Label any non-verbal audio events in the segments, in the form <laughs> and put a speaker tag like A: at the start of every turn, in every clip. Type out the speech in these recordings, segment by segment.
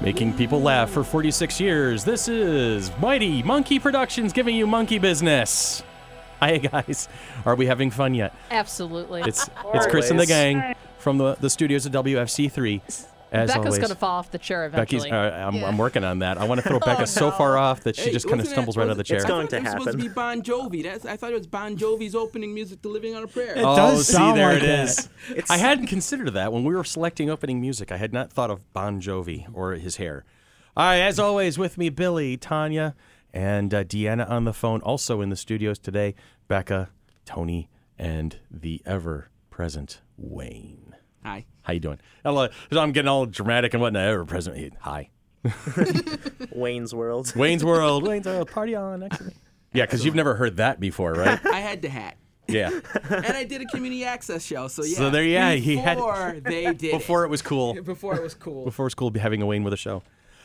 A: making people laugh for 46 years. This is Mighty Monkey Productions giving you monkey business. Hi guys, are we having fun yet?
B: Absolutely.
A: It's it's Chris and the
C: Always.
A: gang from the, the studios of WFC3. As
B: Becca's
A: always,
B: gonna fall off the chair
A: Becky's.
B: eventually.
A: Uh, I'm, I'm working on that. I want to throw Becca so far off that she just kind of stumbles right out of the chair.
C: It's going to
D: It's supposed to
C: happen.
D: be Bon Jovi. That's, I thought it was Bon Jovi's opening music to Living on a Prayer.
E: It does
A: Oh, see,
E: sound
A: there
E: like
A: it
E: that.
A: is. I hadn't considered that when we were selecting opening music. I had not thought of Bon Jovi or his hair. All right, as always, with me, Billy, Tanya, and uh, Deanna on the phone. Also in the studios today, Becca, Tony, and the ever-present Wayne.
D: Hi.
A: How you doing? Hello. I'm getting all dramatic and whatnot. Ever-present. Hi.
C: Wayne's World.
A: Wayne's World. Wayne's World. Party on. Excellent. Yeah, because you've never heard that before,
E: <laughs>
A: right?
D: I had the hat.
A: Yeah.
D: And I did a community access show, so yeah.
A: So there you are, he had-
D: Before they did it.
A: Before it was cool.
D: Before it was cool.
A: Before it's cool to be having a Wayne with a show.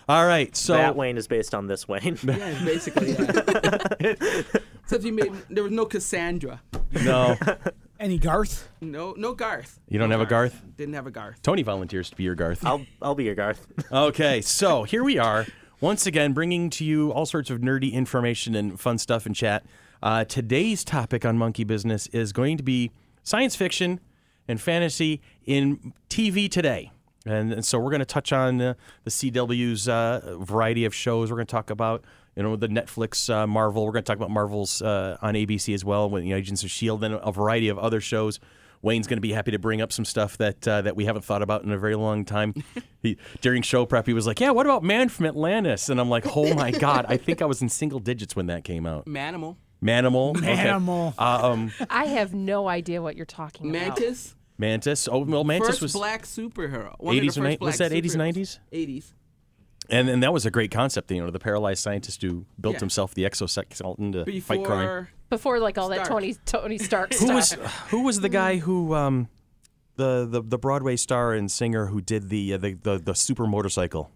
A: All right. So
C: <laughs> that Wayne is based on
A: <laughs>
C: this Wayne. <laughs>
D: Yeah, basically, yeah. Except you made, there was no Cassandra.
C: <laughs>
A: No,
E: Any Garth?
D: No no Garth.
A: you don't have a Garth.
D: Didn't have a Garth.
A: Tony volunteers to be your Garth.
C: I'll I'll be your Garth.
A: Okay, so here we are once again, bringing to you all sorts of nerdy information and fun stuff and chat. Uh, today's topic on Monkey Business is going to be science fiction and fantasy in TV today. And, and so we're going to touch on uh, the CW's uh, variety of shows. We're going to talk about you know the Netflix uh, Marvel. We're going to talk about Marvel's uh, on ABC as well, with you know, Agents of Shield, E and a variety of other shows. Wayne's going to be happy to bring up some stuff that uh, that we haven't thought about in a very long
D: <laughs>
A: time. he, during show prep, he was like, "Yeah, what about Man from Atlantis?" And I'm like, "Oh
D: <laughs>
A: my God, I think I was in single digits when that came out."
D: Manimal.
A: Manimal, okay.
E: Manimal.
A: Uh, um,
B: I have no idea what you're talking about.
D: Mantis.
A: Mantis. Oh, well, Mantis
D: First
A: was
D: black superhero. One of the
A: 80s or
D: first
A: ni- was
D: black
A: that 80s, 90s?
D: 80s.
A: and and that was a great concept. You know, the paralyzed scientist who built
D: Yeah.
A: himself the exoskeleton to fight crime.
D: Before
B: Before like all that
D: Stark.
B: Tony Tony Stark
A: Who
B: stuff.
A: was who was the
D: Mm.
A: guy who um, the, the the Broadway star and singer who did the uh, the, the the super motorcycle?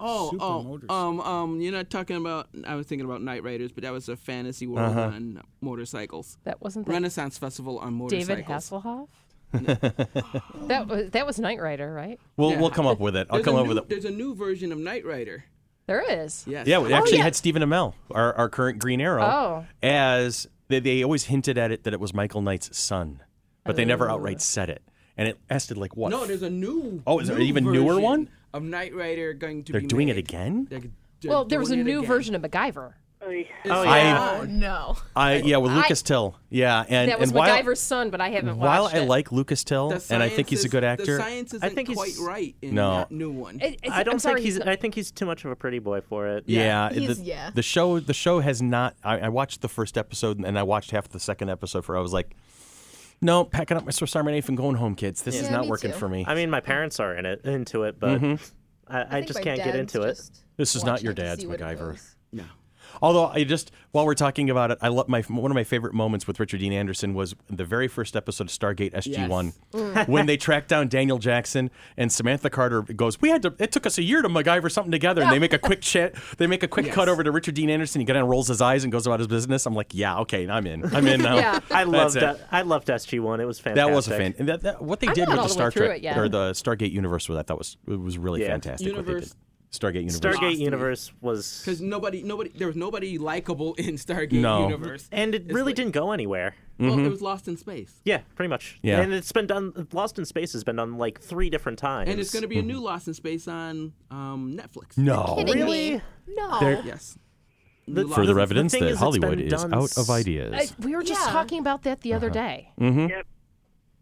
D: Oh,
E: Super
D: oh,
E: motors.
D: um, um, you're not talking about. I was thinking about Knight Riders, but that was a fantasy world
A: Uh-huh.
D: on motorcycles.
B: that wasn't that
D: Renaissance Festival on motorcycles.
B: David Hasselhoff?
A: <laughs>
B: that was that was Knight Rider, right?
A: We'll
D: Yeah.
A: we'll come up with it. I'll
D: There's
A: come
D: a
A: up
D: new,
A: with it.
D: There's a new version of Knight Rider.
B: There is.
D: Yes.
A: Yeah, we actually
B: Oh, yeah.
A: had Stephen Amell, our, our current Green Arrow,
B: Oh.
A: as they, they always hinted at it that it was Michael Knight's son, but they never
B: Oh.
A: outright said it. And it lasted like what?
D: No, there's a new.
A: Oh, is there
D: new
A: an even newer
D: version
A: one?
D: Of Knight Rider going to
A: They're
D: be.
A: doing it
D: made.
A: again?
D: They're, they're
B: Well, there was a
D: doing it
B: new
D: again.
B: version of MacGyver.
C: Oh
A: <laughs> I-
C: yeah.
B: Oh no.
A: I yeah with
B: I-
A: Lucas Till. Yeah, and
B: That was
A: and while,
B: MacGyver's son, but I haven't
A: while
B: watched
A: I
B: it.
A: like Lucas Till
D: The
A: and I think
D: science
A: he's a
D: is-
A: good
D: The
A: actor,
D: science isn't
C: think he's-
D: quite right in
A: No.
D: that new one.
B: It- it's-
C: I don't
B: I'm sorry,
C: think he's.
B: not-
C: I think he's too much of a pretty boy for it.
A: Yeah,
F: he's-
A: the,
F: yeah.
A: the show the show has not. I, I watched the first episode and I watched half the second episode for. I was like, no, packing up my Swiss Army knife and going home, kids. This is
F: Yeah,
A: not
F: me
A: working
F: too.
A: for me.
C: I mean, my parents are in it into it, but
A: Mm-hmm.
C: I, I,
F: think
C: just
F: my
C: can't get
F: dad's
C: into it.
F: just
A: This is not
F: watching
A: your
F: it to
A: dad's
F: see what it
A: MacGyver.
F: was.
D: no.
A: Although I just while we're talking about it, I love my one of my favorite moments with Richard Dean Anderson was the very first episode of Stargate SG One,
B: Mm.
A: when they track down Daniel Jackson and Samantha Carter goes, "We had to. It took us a year to MacGyver something together." And they make a quick chat. They make a quick cut over to Richard Dean Anderson. He kind of rolls his eyes and goes about his business. I'm like, "Yeah, okay, I'm in. I'm in now."
B: Yeah.
C: I
A: That's
C: loved.
A: it.
C: that. I loved SG One. It was fantastic.
A: That was a fan. And that, that, what they did with
B: not all
A: the
B: the way
A: Star
B: through
A: Trek
B: it yet.
A: or the Stargate universe with that that was it was really
C: Yeah.
A: fantastic.
D: Universe-
A: What they did. Stargate universe.
C: Stargate
D: me.
C: Universe was,
D: Because nobody, nobody, there was nobody likable in Stargate
A: No. Mm-hmm.
D: Universe.
C: and it really didn't go anywhere.
D: Well, it was Lost in Space.
C: Yeah, pretty much.
A: Yeah.
C: and it's been done. Lost in Space has been done like three different times.
D: And it's going to be a new Lost in Space on um, Netflix.
A: Mm-hmm. No.
F: Kidding me?
C: Really?
F: No.
A: They're-
D: Yes.
C: The-
D: New
A: Further
D: Lost-
A: evidence
C: thing
A: that
C: is it's
A: Hollywood
C: been
A: is
C: done
A: out of
C: s-
A: ideas.
B: I- we were just
F: Yeah.
B: talking about that the other day.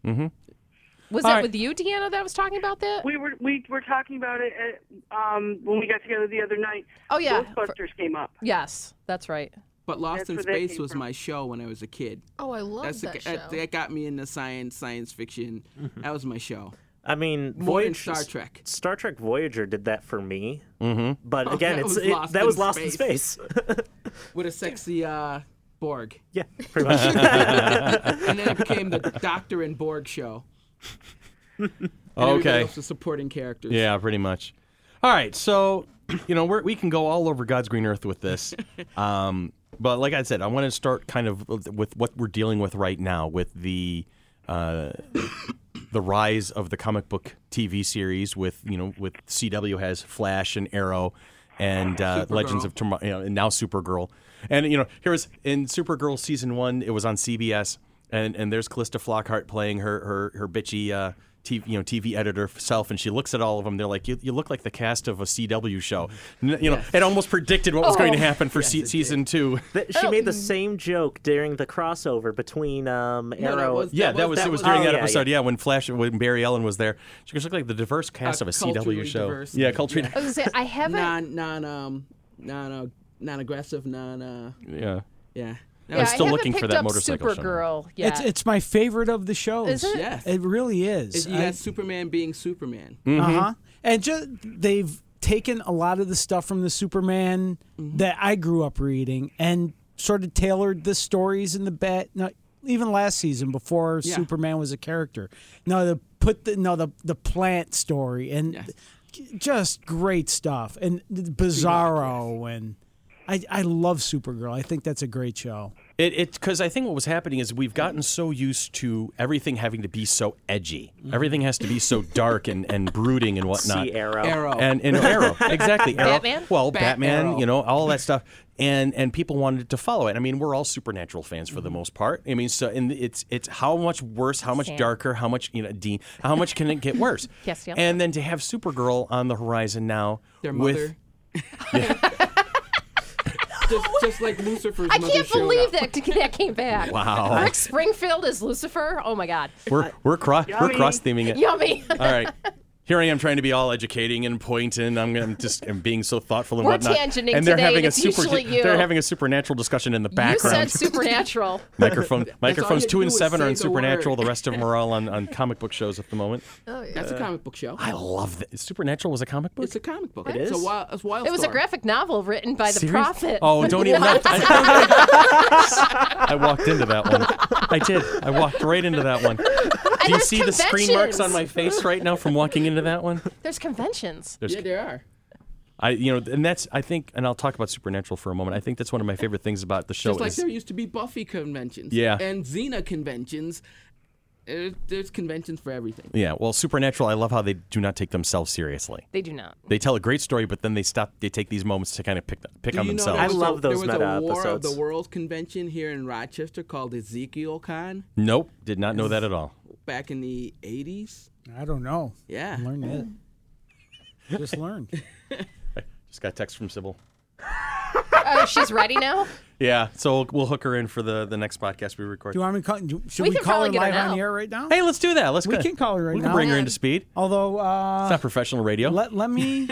B: Was
A: Uh-huh. Mm-hmm. All
B: that
A: right.
B: with you, Deanna, that was talking about that?
G: We were we were talking about it at, um, when we got together the other night.
B: Oh, yeah.
G: Ghostbusters came up.
B: yes, that's right.
D: But Lost
G: That's
D: in
G: where they
D: Space
G: came
D: was
G: from.
D: my show when I was a kid.
F: Oh, I love
D: That's the,
F: that show.
D: that, that got me into science, science fiction.
A: Mm-hmm.
D: That was my show.
C: I mean,
D: More than
C: Voyage
D: Star Trek.
C: Star Trek Voyager did that for me. Mm-hmm. But again,
D: <laughs> that
C: it's
D: was
C: it-
D: Lost
C: that
D: in
C: was Lost in
D: Space.
C: Space. <laughs>
D: <laughs> With a sexy uh, Borg.
C: yeah, pretty
E: <laughs>
C: much.
D: And then it
A: <laughs>
D: became the Doctor and Borg show. And everybody
A: Oh, Okay.
D: else was supporting characters.
A: Yeah, pretty much. All right, so <clears throat> you know we're, we can go all over God's green earth with
C: <laughs>
A: this, um, but like I said, I want to start kind of with what we're dealing with right now with the uh, the <coughs> the rise of the comic book TV series with you know with CW has Flash and Arrow and uh, Legends of Tomorrow you know, and now Supergirl and you know here was in Supergirl season one it was on CBS and and there's Callista Flockhart playing her her her bitchy. Uh, TV, you know, TV editor self, and she looks at all of them. They're like, "You, you look like the cast of a CW show." N- you know, it almost predicted what was going to
B: Oh.
A: happen for se- season two.
C: Th- she made the same joke during the crossover between um, Arrow.
D: was-
A: Yeah, that, was, it was during
C: oh,
A: that
C: yeah,
A: episode. Yeah. when Flash when Barry Allen was there, she was looking like the diverse cast
D: Uh,
A: of a CW
D: culturally
A: show.
D: diverse.
A: Yeah, culturally.
B: I was gonna say I haven't.
D: non non um non uh, non aggressive non uh
A: <laughs> Yeah.
D: yeah. That
B: yeah,
D: was-
A: still
B: I haven't
A: looking for
B: picked
A: that
B: up
A: motorcycle show.
B: Supergirl. Yeah,
E: It's it's my favorite of the shows.
B: Is it?
D: Yes.
E: It really is.
D: you got Superman being Superman.
E: Uh-huh. And just they've taken a lot of the stuff from the Superman that I grew up reading and sort of tailored the stories in the bet. No, even last season before
D: Yeah.
E: Superman was a character. No, the put the no the the plant story and just great stuff and Bizarro and I I love Supergirl. I think that's a great show.
A: It it because I think what was happening is we've gotten so used to everything having to be so edgy. Everything has to be so dark and, and brooding and whatnot.
C: See Arrow.
D: Arrow.
A: And, and Arrow, exactly. Arrow.
B: Batman?
A: Well,
D: Bat-
A: Batman,
D: Arrow.
A: you know, all that stuff, and and people wanted to follow it. I mean, we're all supernatural fans for the most part. I mean, so and it's it's how much worse, how much
B: Sam.
A: darker, how much you know, Dean, how much can it get worse?
B: Yes, yeah.
A: And then to have Supergirl on the horizon now,
D: Their
A: with <laughs>
D: mother. <laughs> just, just like Lucifer's
B: I
D: mother
B: can't
D: showed
B: believe that
D: up.
B: <laughs> that came back.
A: Wow.
D: <laughs>
B: Rick Springfield is Lucifer. Oh my God,
A: we're we're cross we're
G: Yummy.
A: cross theming it.
B: yummy. <laughs>
A: All right. Here I am trying to be all educating and point, and I'm, I'm just I'm being so thoughtful and
B: We're
A: whatnot.
B: tangenting
A: and they're
B: today,
A: having
B: and
A: a
B: it's
A: super
B: usually you.
A: they're having a supernatural discussion in the
B: you
A: background.
B: said supernatural.
A: <laughs> Microphone, microphones
D: you
A: two and
D: do is
A: seven are
D: say
A: on
D: the
A: Supernatural.
D: word.
A: The rest of them are all on,
D: <laughs>
A: on comic book shows at the moment.
B: Oh.
D: That's a comic book show.
A: Uh, I love that. Supernatural was a comic book.
D: It's a comic book. It
C: is?
D: It's a wild. It's a wild
B: It was a
D: story.
B: graphic novel written by the
A: Serious?
B: prophet.
A: Oh,
B: <laughs>
A: don't even. I, I walked into that one. I did. I walked right into that one. Do you
B: there's
A: see the screen marks
B: conventions.
A: on my face right now from walking into that one?
B: There's conventions.
A: There's,
D: Yeah, there are.
A: I, you know, and that's I think, and I'll talk about Supernatural for a moment. I think that's one of my favorite things about the show.
D: Just like
A: is,
D: there used to be Buffy conventions.
A: Yeah.
D: And Xena conventions. There- There's conventions for everything.
A: yeah, well, Supernatural. I love how they do not take themselves seriously.
B: They do not.
A: They tell a great story, but then they stop. They take these moments to kind of pick pick
D: Do
A: on
D: you know
A: themselves.
D: there was
C: I love those
D: a, There was
C: meta
D: a War of
C: episodes.
D: the Worlds convention here in Rochester called Ezekiel Con
A: Nope, did not know that at all.
D: back in the 80s.
E: I don't know.
D: Yeah.
E: Learn it. Just <laughs> learned.
A: Just got a text from Sybil.
B: Oh, she's ready now.
A: <laughs> Yeah, so we'll, we'll hook her in for the, the next podcast we record.
E: Do you want me to call? do- Should
B: We
E: we,
B: can
E: call her
B: probably get her
E: live
B: now.
E: on the air right now?
A: hey, let's do that. Let's
E: We
A: go-
E: can call her right
A: We can
E: now.
A: bring her into speed.
E: Although, uh,
A: It's not professional radio.
E: let,
B: <laughs>
E: let me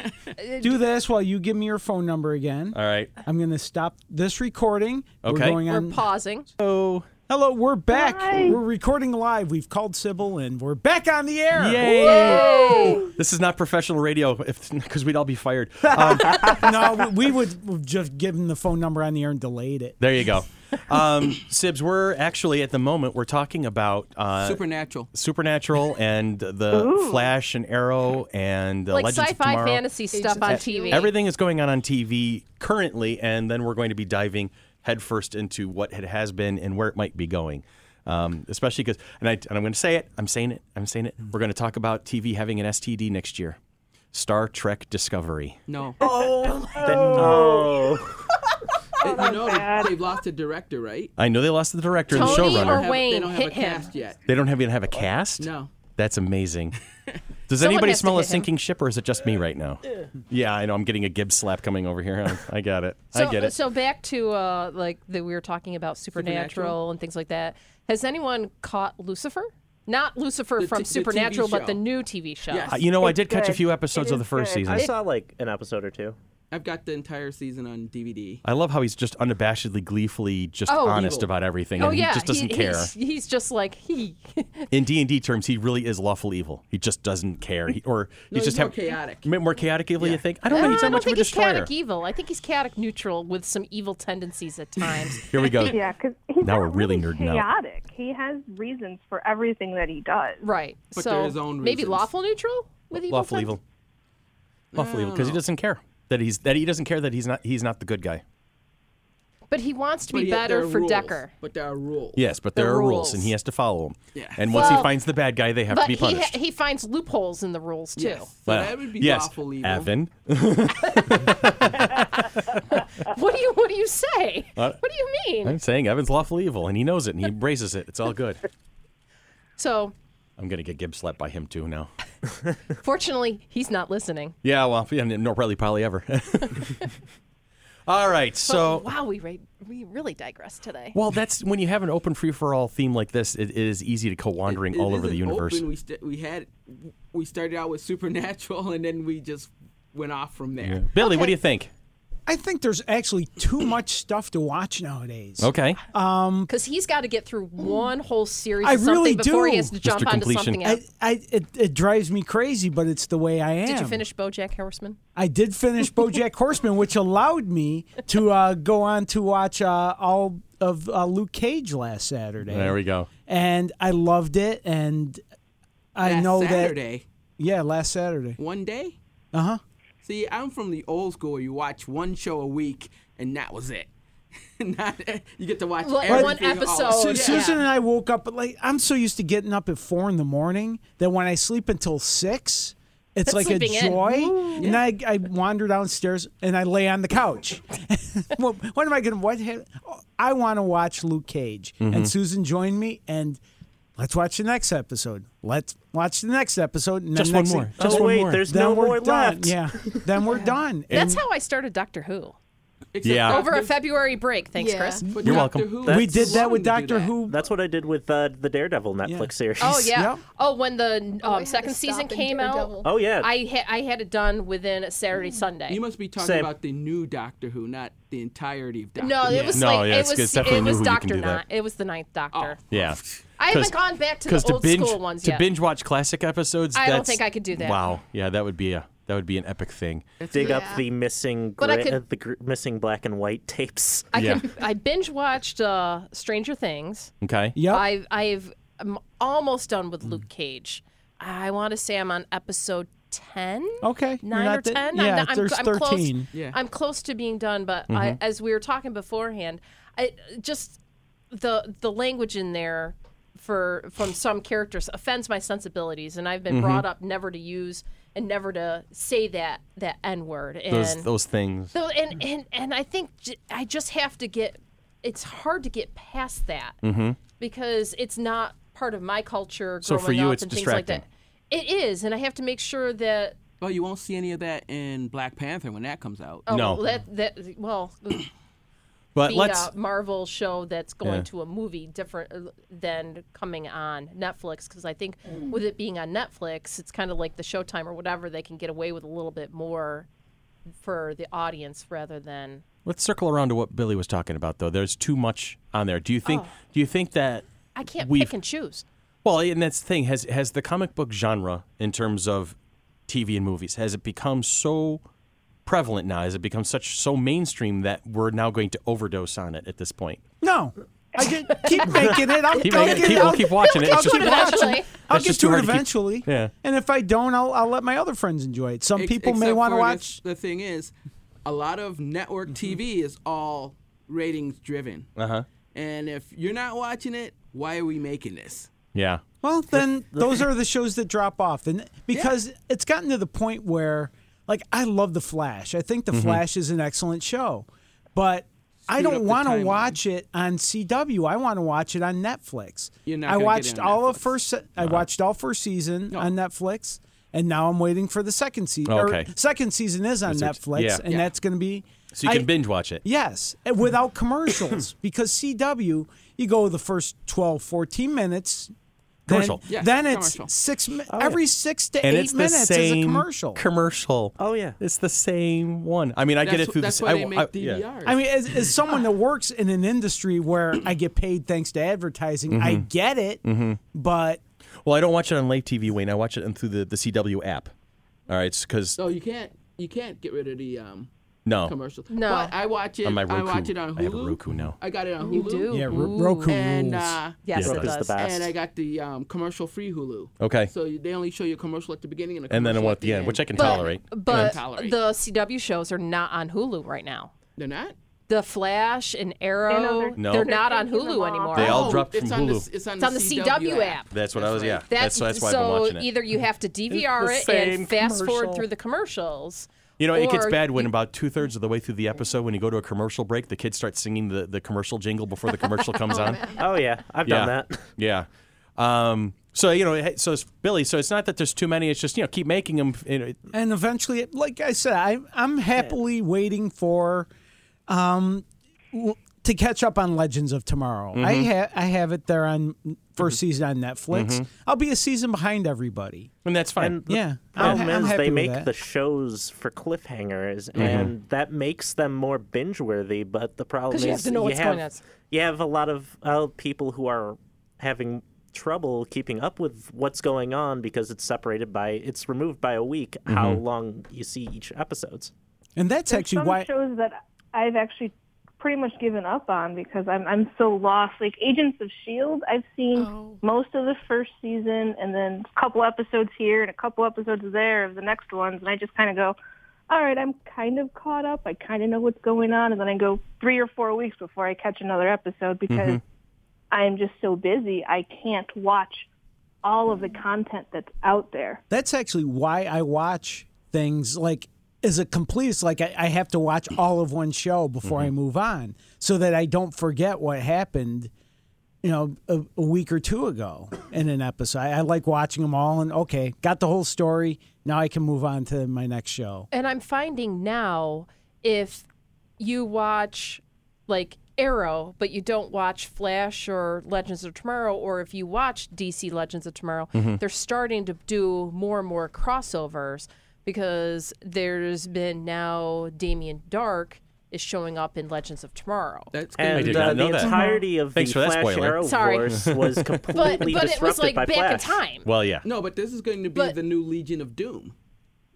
E: do this while you give me your phone number again.
A: all right.
E: I'm going to stop this recording.
A: Okay.
E: We're going
B: We're
E: on.
B: pausing.
A: So,
E: Hello, we're back. We're recording live. We've called Sybil and we're back on the air. <laughs>
A: yay! This is not professional radio if because we'd all be fired. Um,
E: no, we we would have just given the phone number on the air and delayed it.
A: there you go. <laughs> Um, Sibs, we're actually at the moment we're talking about uh,
D: Supernatural.
A: Supernatural and the Flash and Arrow and uh,
B: Like
A: Legends of
B: sci-fi
A: Tomorrow.
B: fantasy stuff on TV.
A: Everything is going on on TV currently, and then we're going to be diving headfirst into what it has been and where it might be going. Um, especially because, and, I, and I'm going to say it, I'm saying it, I'm saying it. We're going to talk about TV having an STD next year. Star Trek Discovery. <laughs>
D: No.
C: Then-
D: <laughs>
C: oh.
D: It- you know, they, they've lost a director, right?
A: I know they lost the director and the
B: Tony
A: showrunner.
B: or
D: Have-
B: Wayne
D: they don't have
B: hit
D: a
B: him.
D: cast yet.
A: they don't have, even have a cast?
D: No.
A: That's amazing.
B: <laughs>
A: Does
B: Someone
A: anybody
B: has to
A: smell a
B: hit him.
A: sinking ship, or is it just me right now? Yeah, I know. I'm getting a Gibbs slap coming over here. I- I got it.
B: So,
A: I get it.
B: so back to uh, like that we were talking about supernatural,
D: Supernatural?
B: and things like that. Has anyone caught Lucifer? Not Lucifer
D: The
B: from
D: t- the TV
B: Supernatural, but the
D: show.
B: new TV show.
D: Yes.
A: Uh, you know, I did catch a
F: good.
A: few episodes
F: It
A: of the
F: is
A: first
F: good.
A: season.
C: I saw like an episode or two.
D: I've got the entire season on DVD.
A: I love how he's just unabashedly, gleefully, just
B: Oh,
A: honest
D: evil.
A: about everything,
B: Oh
A: and
B: yeah,
A: he just doesn't care.
B: He's, he's just like he. <laughs>
A: In D and D terms, he really is lawful evil. He just doesn't care, he,
B: <laughs>
A: or
D: No,
A: he's just
D: he's more
A: have-
D: chaotic.
A: Ma- More chaotic evil, you think? I don't
B: I
A: know.
B: don't
A: He's not much of a
B: think he's
A: destroyer.
B: chaotic evil. I think he's chaotic neutral with some evil tendencies
D: <laughs>
B: at times.
A: Here we go.
F: Yeah, because he's
A: Now
F: not
A: we're really nerding out.
F: chaotic. He has reasons for everything that he does.
B: right.
D: But
B: so
D: there is own
B: maybe
D: reasons.
B: lawful neutral with evil.
A: Lawful
B: ten-
A: evil. Lawful evil, because he doesn't care that he's that he doesn't care that he's not he's not the good guy.
B: But he wants to
D: But
B: be
D: yet there
B: better
D: are
B: for
D: rules,
B: Decker.
D: But there are rules.
A: Yes, but
B: The
A: there are rules,
B: rules.
A: and he has to follow them.
D: Yeah.
A: And once he
B: Well,
A: finds the bad guy, they have to
B: But
A: be
B: he, ha-
A: punished.
B: he finds loopholes in the rules too.
D: Yes. So
A: Well,
D: that would be
A: yes,
D: lawful
B: <laughs>
D: evil.
A: Evan.
B: What do you What do you say?
A: What?
B: What, do you mean?
A: uh, I'm saying Evan's lawful evil, and he knows it, and he embraces it. It's all good.
B: So,
A: I'm gonna get Gibbs slapped by him too now.
B: fortunately, he's not listening.
A: Yeah, well, yeah, no, probably, probably ever. <laughs> all right, so
B: wow, we ra- we really digressed today.
A: well, that's when you have an open free for all theme like this, it, it is easy to go wandering
D: It
A: all over the
D: isn't
A: universe.
D: Open. We, st- we had we started out with <laughs> supernatural and then we just went off from there.
A: Billy, what
B: Okay.
A: do you think?
E: I think there's actually <clears throat> too much stuff to watch nowadays.
A: Okay,
B: Uh, Because he's got to get through one whole series.
E: I
B: of something
E: really
B: before he
E: do.
B: has to jump
A: Mr.
B: onto
A: Completion.
B: something
E: I,
B: else.
E: I it, it drives me crazy, but it's the way I am.
B: Did you finish BoJack Horseman?
E: I did finish BoJack
A: <laughs>
E: Horseman, which allowed me to uh, go on to watch uh, all of uh, Luke Cage last Saturday.
A: there we go.
E: And I loved it, and I
D: Last
E: know that
D: Saturday,
E: yeah, last Saturday.
D: one day.
E: Uh huh.
D: See, I'm from the old school. where You watch one show a week, and that was it. <laughs> Not, you get to watch
B: Like
D: everything
B: one
D: all-
B: episode. Oh,
E: Su-
B: yeah.
E: Susan and I woke up, but like I'm so used to getting up at four in the morning that when I sleep until six,
B: That's
E: it's like a
B: sleeping in.
E: joy. And I, I wander downstairs and I lay on the couch. <laughs> Well, what am I going to what? ha- oh, I want to watch Luke Cage, and Susan joined me and. Let's watch the next episode. Let's watch the next episode. And then
A: Just one
E: next thing-
A: more.
E: just
A: Oh,
E: one
C: wait,
E: more.
C: there's
E: Then
C: no
E: we're
C: more
E: done.
C: left.
E: Yeah. Then we're done.
B: That's
E: And
B: how I started Doctor Who
D: Except
A: Yeah.
D: Doctor-
B: over a February break. Thanks,
H: Yeah.
B: Chris.
D: but
A: You're
D: Doctor
A: welcome.
D: Who
E: we
D: is
E: did that
D: long
E: with
D: to do
E: Doctor
D: that.
E: Who.
C: That's what I did with uh, the Daredevil Netflix series. <laughs>
B: Oh yeah.
E: Yep.
B: Oh, when the
H: I
B: um,
H: had
B: second
H: to stop
B: season
H: and
B: came
H: do a
B: out,
H: double.
C: Oh yeah.
B: I ha- I had it done within a Saturday Sunday.
D: You must be talking
C: Same. about
D: about the new Doctor Who, not the entirety of Doctor
B: no,
D: Who.
B: it was
A: No,
B: like
A: yeah,
B: it
A: it's-
B: was
A: it's definitely
B: it
A: new
B: was
A: who you can
B: Doctor
A: do that.
B: Not. It was the ninth Doctor.
A: Yeah,
B: I
A: 'Cause-
B: haven't gone back to the
A: 'cause
B: old
A: binge,
B: school ones
A: to
B: yet.
A: binge watch classic episodes.
B: I don't
A: that's-
B: think I could do that.
A: Wow, yeah, that would be a that would be an epic thing.
C: dig
H: Yeah.
C: up the missing
B: But I
C: gri-
B: could-
C: uh, the gr- missing black and white tapes.
B: I
A: Yeah.
B: can, I binge watched uh, Stranger Things.
A: Okay,
E: Yep. Mm.
B: I've I've I'm almost done with Luke Cage. I want to say I'm on episode ten.
E: okay. Oh, You're
B: Nine or
E: not the-
B: ten?
E: Yeah,
B: I'm,
E: there's Mm-hmm.
B: I'm, I'm close.
E: 13.
D: Yeah.
B: I'm close to being done, but I, as we were talking beforehand, I just the the language in there for from some characters offends my sensibilities, and I've
E: Mm-hmm.
B: been brought up never to use and never to say that that n word. And
A: those those things.
B: so and
A: Mm.
B: and and I think j- I just have to get. It's hard to get past that because it's not part of my culture. Growing
A: Mm-hmm. So for you,
B: up
A: it's
B: and things like that.
A: distracting.
B: It is, and I have to make sure that
D: Well, Oh, you won't see any of that in Black Panther when that comes out.
B: oh,
A: No.
B: that that
A: <clears throat>
B: well, being
A: But let's
B: a Marvel show that's going
A: Yeah.
B: to a movie different uh, than coming on Netflix because I think
A: Mm.
B: with it being on Netflix, it's kind of like the Showtime or whatever. They can get away with a little bit more for the audience rather than
A: Let's circle around to what Billy was talking about, though. There's too much on there. Do you
B: Oh.
A: think? Do you think that?
B: I can't
A: We've-
B: pick and choose.
A: Well, and that's the thing. Has has the comic book genre in terms of TV and movies has it become so prevalent now? Has it become such so mainstream that we're now going to overdose on it at this point?
E: No. I get,
A: <laughs>
E: keep making it. I'll,
A: Keep
E: I'll
A: making it.
E: get,
A: Keep-
E: I'll,
A: we'll keep watching it.
E: I'll
A: It's just-
E: keep watching.
B: Eventually.
E: I'll
A: It's
E: get
A: just too
E: to it
A: hard to keep-
E: eventually.
A: Yeah.
E: And if I don't, I'll, I'll let my other friends enjoy it. Some
D: Ex-
E: people may
D: except
E: want to
D: for
E: watch. Mm-hmm.
D: The, the thing is, a lot of network TV is all ratings driven. Uh huh. And if you're not watching it, why are we making this?
A: Yeah.
E: Well, then those are the shows that drop off, and because it's gotten to the point where, like, I love The Flash. I think The Flash is an excellent show, but I
D: Mm-hmm. Speed up
E: don't
D: the
E: want to
D: timeline.
E: watch it on CW. I want to watch it on Netflix.
D: You're not
E: I
D: gonna get
E: watched
D: it on
E: all of
D: Netflix.
E: first. se- I watched all first season on Netflix, and now I'm waiting for the second season.
A: Okay.
E: second season is on
A: That's it.
E: Netflix,
A: Yeah.
E: and
D: Yeah.
E: that's going to be.
A: So you can
E: I-
A: binge watch it.
E: Yes, and without commercials because CW, you go the first 12, 14 minutes. then-
A: Commercial.
E: Then,
D: Yes,
E: it's
D: commercial.
E: six. mi- Every six to
A: And
E: eight
A: it's the
E: minutes is
A: same
E: a commercial.
A: Commercial.
C: Oh, yeah.
A: It's the same one. I mean, I get
D: That's
A: it
D: wh-
A: through
D: That's
A: the.
D: why
A: I,
D: they
A: I-
D: make DVRs.
A: yeah.
E: I mean, as, as someone that works in an industry where I get paid thanks to advertising, I
A: Mm-hmm.
E: get it. But
A: Well, I don't watch it on live TV, Wayne. I watch it on through the, the CW app. All right, because
D: so you can't you can't get rid of the um
A: no,
D: commercial.
B: No.
D: But I watch it.
A: On my
D: I
A: Roku.
D: watch it on Hulu.
A: I have a Roku now.
D: I got it on
B: You
D: Hulu.
B: do.
E: yeah,
B: Ooh.
E: Roku
D: And uh,
B: Yes,
A: Yeah,
B: it
A: Roku's
B: does.
C: the best.
D: and I got the um, commercial free Hulu.
A: Okay.
D: So you- they only show you a commercial at the beginning and a
A: and then
D: commercial
A: one at the end, which I can
B: But,
A: tolerate.
B: but
D: Tolerate.
B: the CW shows are not on Hulu right now.
D: they're not.
B: The Flash and Arrow,
A: No.
B: they're not on
F: taking them
B: Hulu
F: off.
B: anymore.
A: They all
D: Oh,
A: dropped
D: it's
A: from
D: on the-
A: Hulu.
D: it's on,
B: it's on the CW app.
A: That's what I was.
D: right.
A: Yeah, that's,
B: That's,
A: that's why I've been
B: so
A: watching it.
B: either you have to DVR
A: It's
B: it
A: the same
B: and fast
A: commercial.
B: forward through the commercials.
A: You know, it gets
B: or e
A: bad when
B: you-
A: about two thirds of the way through the episode, when you go to a commercial break, the kids start singing the, the commercial jingle before the commercial comes on.
C: Oh yeah, I've
A: Yeah,
C: done that. <laughs>
A: yeah. Um, so you know, hey, so it's, Billy. So it's not that there's too many. It's just you know, keep making them. You know,
E: and eventually, like I said, I, I'm happily waiting for um, w- to catch up on Legends of Tomorrow. I
C: Mm-hmm.
E: ha- I have it there on 1st season on Netflix. I'll be a season behind everybody.
A: and that's fine.
C: And the
E: Yeah, I'm,
C: Problem
E: I'm
C: is
E: happy
C: they
E: with
C: make
E: that.
C: the shows for cliffhangers,
A: Mm-hmm.
C: and that makes them more binge worthy. But the problem
B: 'Cause
C: is
B: you have to know what's
C: have,
B: going on.
C: You have a lot of uh, people who are having trouble keeping up with what's going on because it's separated by it's removed by a week how
A: Mm-hmm.
C: long you see each episodes.
E: and that's actually
F: Some
E: why.
F: shows that I've actually pretty much given up on because I'm I'm so lost. Like Agents of Shield, E I've seen most of the first season and then a couple episodes here and a couple episodes there of the next ones, and I just kind of go, all right, I'm kind of caught up. I kind of know what's going on, and then I go three or four weeks before I catch another episode because
A: Mm-hmm.
F: I'm just so busy. I can't watch all of the content that's out there.
E: That's actually why I watch things like as a completist. Like I, I have to watch all of one show before I move on, so that I don't forget what happened. You know, a, a week or two ago in an episode, I, I like watching them all. And okay, got the whole story. Now I can move on to my next show.
B: And I'm finding now if you watch like Arrow, but you don't watch Flash or Legends of Tomorrow, or if you watch DC Legends of Tomorrow, they're starting to do more and more crossovers because there's been now Damien Dark is showing up in Legends of Tomorrow.
D: That's
C: And
A: I did
D: good.
A: not
C: uh,
A: know
C: the
A: that.
C: entirety of
A: Thanks
C: the
A: for that
C: Flash
A: spoiler.
C: Arrow
B: Sorry. <laughs>
C: Wars was
B: But
C: completely
B: but it was
C: disrupted
B: like
C: by
B: back
C: Flash.
B: in time.
A: Well, yeah.
D: No, but this is going to be
B: But-
D: the new Legion of Doom.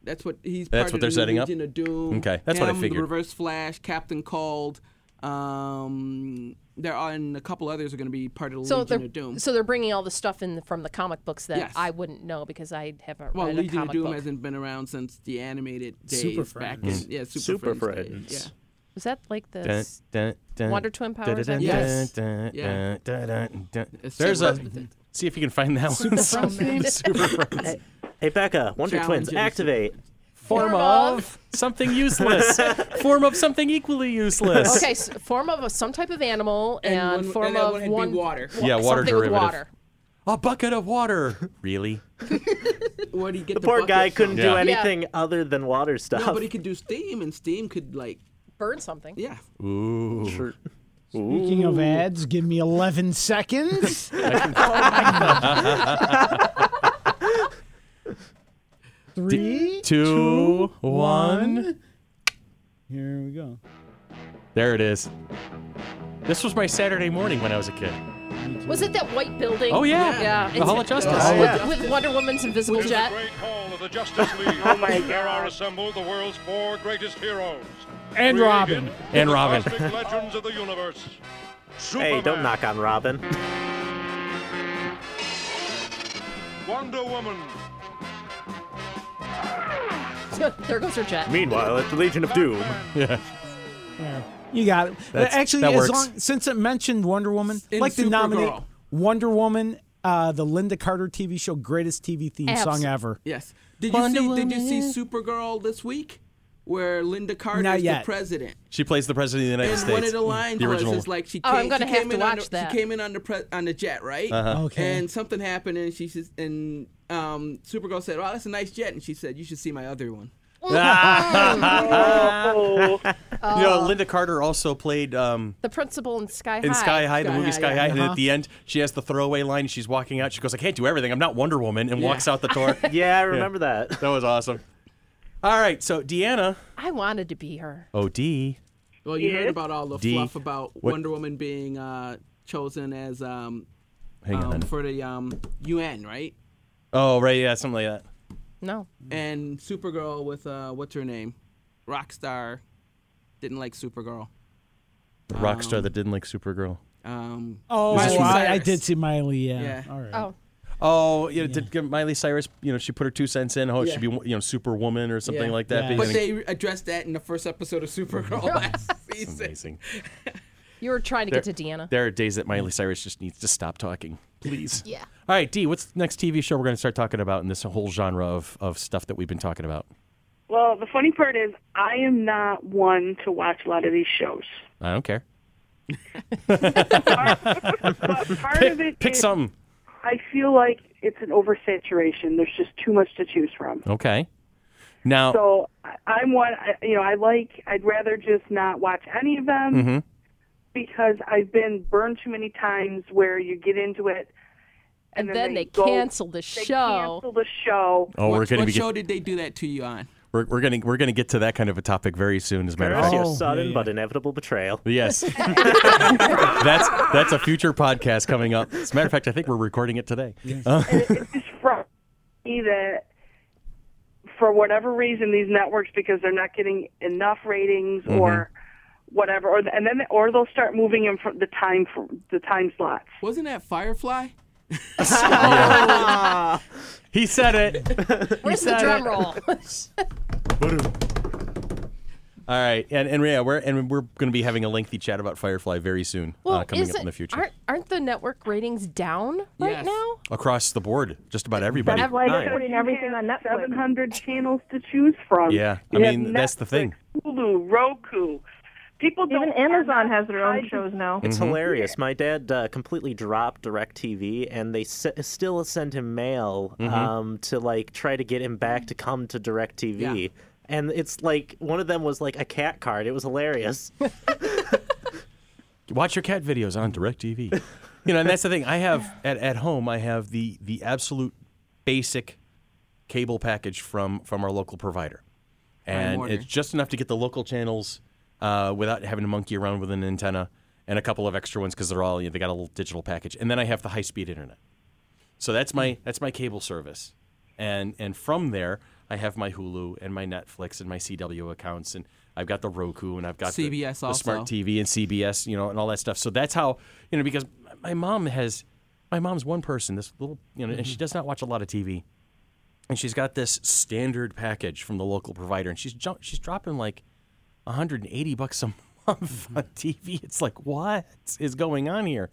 D: That's what he's.
A: That's
D: part
A: what
D: of
A: they're
D: the
A: setting
D: new
A: up?
D: Legion of Doom.
A: Okay, that's what I
D: Him, the
A: figured.
D: Reverse Flash, Captain Cold. Um, there are and a couple others are going to be part of the
B: so
D: Legion
B: they're
D: of Doom.
B: so they're bringing all the stuff in from the comic books that
D: Yes.
B: I wouldn't know because I haven't
D: well,
B: read a
D: Legion of
B: comic
D: Doom
B: book.
D: hasn't been around since the animated days
E: Super
D: back in
E: Friends.
D: yeah, Super,
C: Super
D: Friends. days,
C: Friends.
B: Was that like the
A: Dun, dun, dun,
B: Wonder Twin
A: dun,
B: powers, I
A: dun,
B: think?
D: Yes.
A: dun, dun,
D: Yeah.
A: dun, dun, dun.
D: It's
A: There's
D: super
A: a.
D: friends.
A: See if you can find that one. Something
D: <laughs>
A: Super friends.
C: Hey Becca, Wonder
D: Challenge
C: Twins,
D: it.
C: activate.
A: Form of something useless.
D: <laughs>
A: Form of something equally useless.
B: Okay, s form of a, some type of animal and,
D: And one-
B: form
D: and that
B: of
D: one had to be
B: one
D: water.
A: Yeah, water
B: something with
A: derivative.
B: water.
A: A bucket of water. Really?
D: Yeah. Where do you get the,
C: Poor
D: bucket
C: guy couldn't
D: from?
A: Yeah.
C: do anything other than water stuff.
D: No, but he could do steam, and steam could like
B: Burn something.
D: yeah.
A: Ooh.
E: Speaking of ads, give me 11 seconds. <laughs> Three.
A: Two, one.
E: Here we go.
A: There it is. This was my Saturday morning when I was a kid.
B: Was it that white building?
A: Oh, yeah.
B: yeah.
A: The
B: it's-
A: Hall of Justice.
B: with-
A: Oh,
D: yeah.
B: With, Wonder Woman's invisible
H: To the
B: jet.
H: great hall of the Justice League,
G: Oh my
H: there are
G: God.
H: assembled the world's four greatest heroes.
E: And
H: Created
E: Robin.
H: from
A: And
H: the
A: Robin.
H: Cosmic legends of the universe.
C: Hey, don't
H: Superman,
C: knock on Robin.
H: Wonder Woman.
B: <laughs> there goes her jet.
C: Meanwhile, at the Legion of Doom.
E: You got it.
A: That's-
E: Actually,
A: that
E: as
A: works.
E: long since it mentioned Wonder Woman,
D: In
E: like to
D: Supergirl.
E: nominate Wonder Woman, uh, the Linda Carter TV show, greatest TV theme
B: Abs-
E: song ever.
D: Yes. Did
A: Wonder
D: you see? Did you see
A: Woman.
D: Supergirl this week, where Linda Carter
E: Not
D: is
E: yet.
D: the president?
A: She plays the president of the United
D: And
A: States.
D: one of the lines
A: the original.
D: was is like she
B: Oh,
D: came,
B: I'm gonna
D: she
B: have
D: came
B: to
D: in on
B: watch
D: the,
B: that.
D: She came in on the pre- on the jet, right?
A: Uh-huh.
E: Okay.
D: And something happened, and she says, and um, Supergirl said, "Wow, that's a nice jet," and she said, "You should see my other one."
G: Oh,
A: you
D: uh,
A: know, Linda Carter also played um,
B: The principal in Sky High.
A: in Sky High, the
D: Sky
A: movie
D: High,
A: Sky
D: yeah. Uh-huh.
A: High, and at the end she has the throwaway line. She's walking out. She goes, "I can't do everything. I'm not Wonder Woman," and walks out the
D: <laughs>
A: door. that
C: Yeah, I remember that.
A: was awesome. All right, so Deanna,
B: I wanted to be her.
A: OD,
D: Well, you heard
G: Yes.
D: about all the
A: D-
D: fluff about
A: what-
D: Wonder Woman being uh, chosen as um,
A: hang
D: um,
A: on.
D: for the um, UN, right?
A: Oh, right, yeah, something like that.
B: No.
D: And Supergirl with uh, what's her name, Rockstar, didn't like Supergirl.
A: The rock star that didn't like Supergirl.
D: Um,
E: Oh,
D: Miley
E: I, I
D: Cyrus.
E: did see Miley. Yeah.
D: Yeah.
E: All right.
B: Oh.
A: oh, you know, did Miley Cyrus, you know, she put her two cents in. Oh, it
D: Yeah.
A: should be, you know, Superwoman or something
E: Yeah.
A: like that.
E: Yeah.
A: But
D: But
A: you know,
D: they addressed that in the first episode of Supergirl <laughs> last
A: it's
D: season.
A: amazing.
B: You were trying to get to Deanna.
A: There are days that Miley Cyrus just needs to stop talking, please.
B: Yeah.
A: All right, Dee, what's the next TV show we're going to start talking about in this whole genre of, of stuff that we've been talking about?
G: Well, the funny part is, I am not one to watch a lot of these shows.
A: I don't care.
G: But part of it
A: <laughs> Pick
G: is
A: something.
G: I feel like it's an oversaturation. There's just too much to choose from.
A: Okay. Now,
G: So I- I'm one. I- You know, I like. I'd rather just not watch any of them
A: Mm-hmm.
G: because I've been burned too many times where you get into it
B: And, then, they,
G: go-
B: cancel the
G: they
B: show.
G: cancel the show.
A: oh, we're
D: what
A: going to
D: what
A: be
D: show did they do that to you on?
A: we're, we're going to we're going to get to that kind of a topic very soon. As a matter of fact.
C: Your
E: Oh,
C: sudden
E: yeah,
C: but inevitable betrayal.
A: Yes. <laughs> that's that's a future podcast coming up. As a matter of fact, I think we're recording it today.
G: it's just from me that for whatever reason these networks because they're not getting enough ratings
A: Mm-hmm.
G: or whatever or and then or they'll start moving in from the time from the time slots
D: Wasn't that Firefly?
A: He said it.
B: Where's the drum
A: <laughs>
B: roll?
A: All right, and and yeah, we're and we're going to be having a lengthy chat about Firefly very soon, uh, coming up in the future.
B: Aren't, aren't the network ratings down right
D: Yes.
B: now?
A: Across the board, just about everybody.
F: That's why
C: Fine.
F: they're putting everything on
G: seven
F: Netflix.
G: hundred channels to choose from
A: Yeah, I
G: You have
A: mean that's the thing.
G: Netflix, Hulu Roku people don't
F: Even
G: are
F: Amazon
G: not
F: has their own
G: tied to-
F: shows now.
C: It's hilarious. My dad uh, completely dropped DirecTV, and they s- still send him mail um, to like try to get him back to come to DirecTV.
D: Yeah.
C: And it's like one of them was like a cat card. It was <laughs> hilarious.
A: Watch your cat videos on DirecTV. you know, and that's the thing. I have at, at home. I have the the absolute basic cable package from from our local provider, and
D: order.
A: it's just enough to get the local channels uh, without having to monkey around with an antenna and a couple of extra ones because they're all you know, they got a little digital package. And then I have the high speed internet. So that's my that's my cable service, and and from there I have my Hulu and my Netflix and my CW accounts, and I've got the Roku and I've got the-
D: CBS
A: the, smart
D: also.
A: TV and CBS, you know, and all that stuff. So that's how you know because my mom has my mom's one person, this little you know, and she does not watch a lot of TV, and she's got this standard package from the local provider, and she's ju- she's dropping like 180 bucks a month <laughs> on TV. It's like, what is going on here?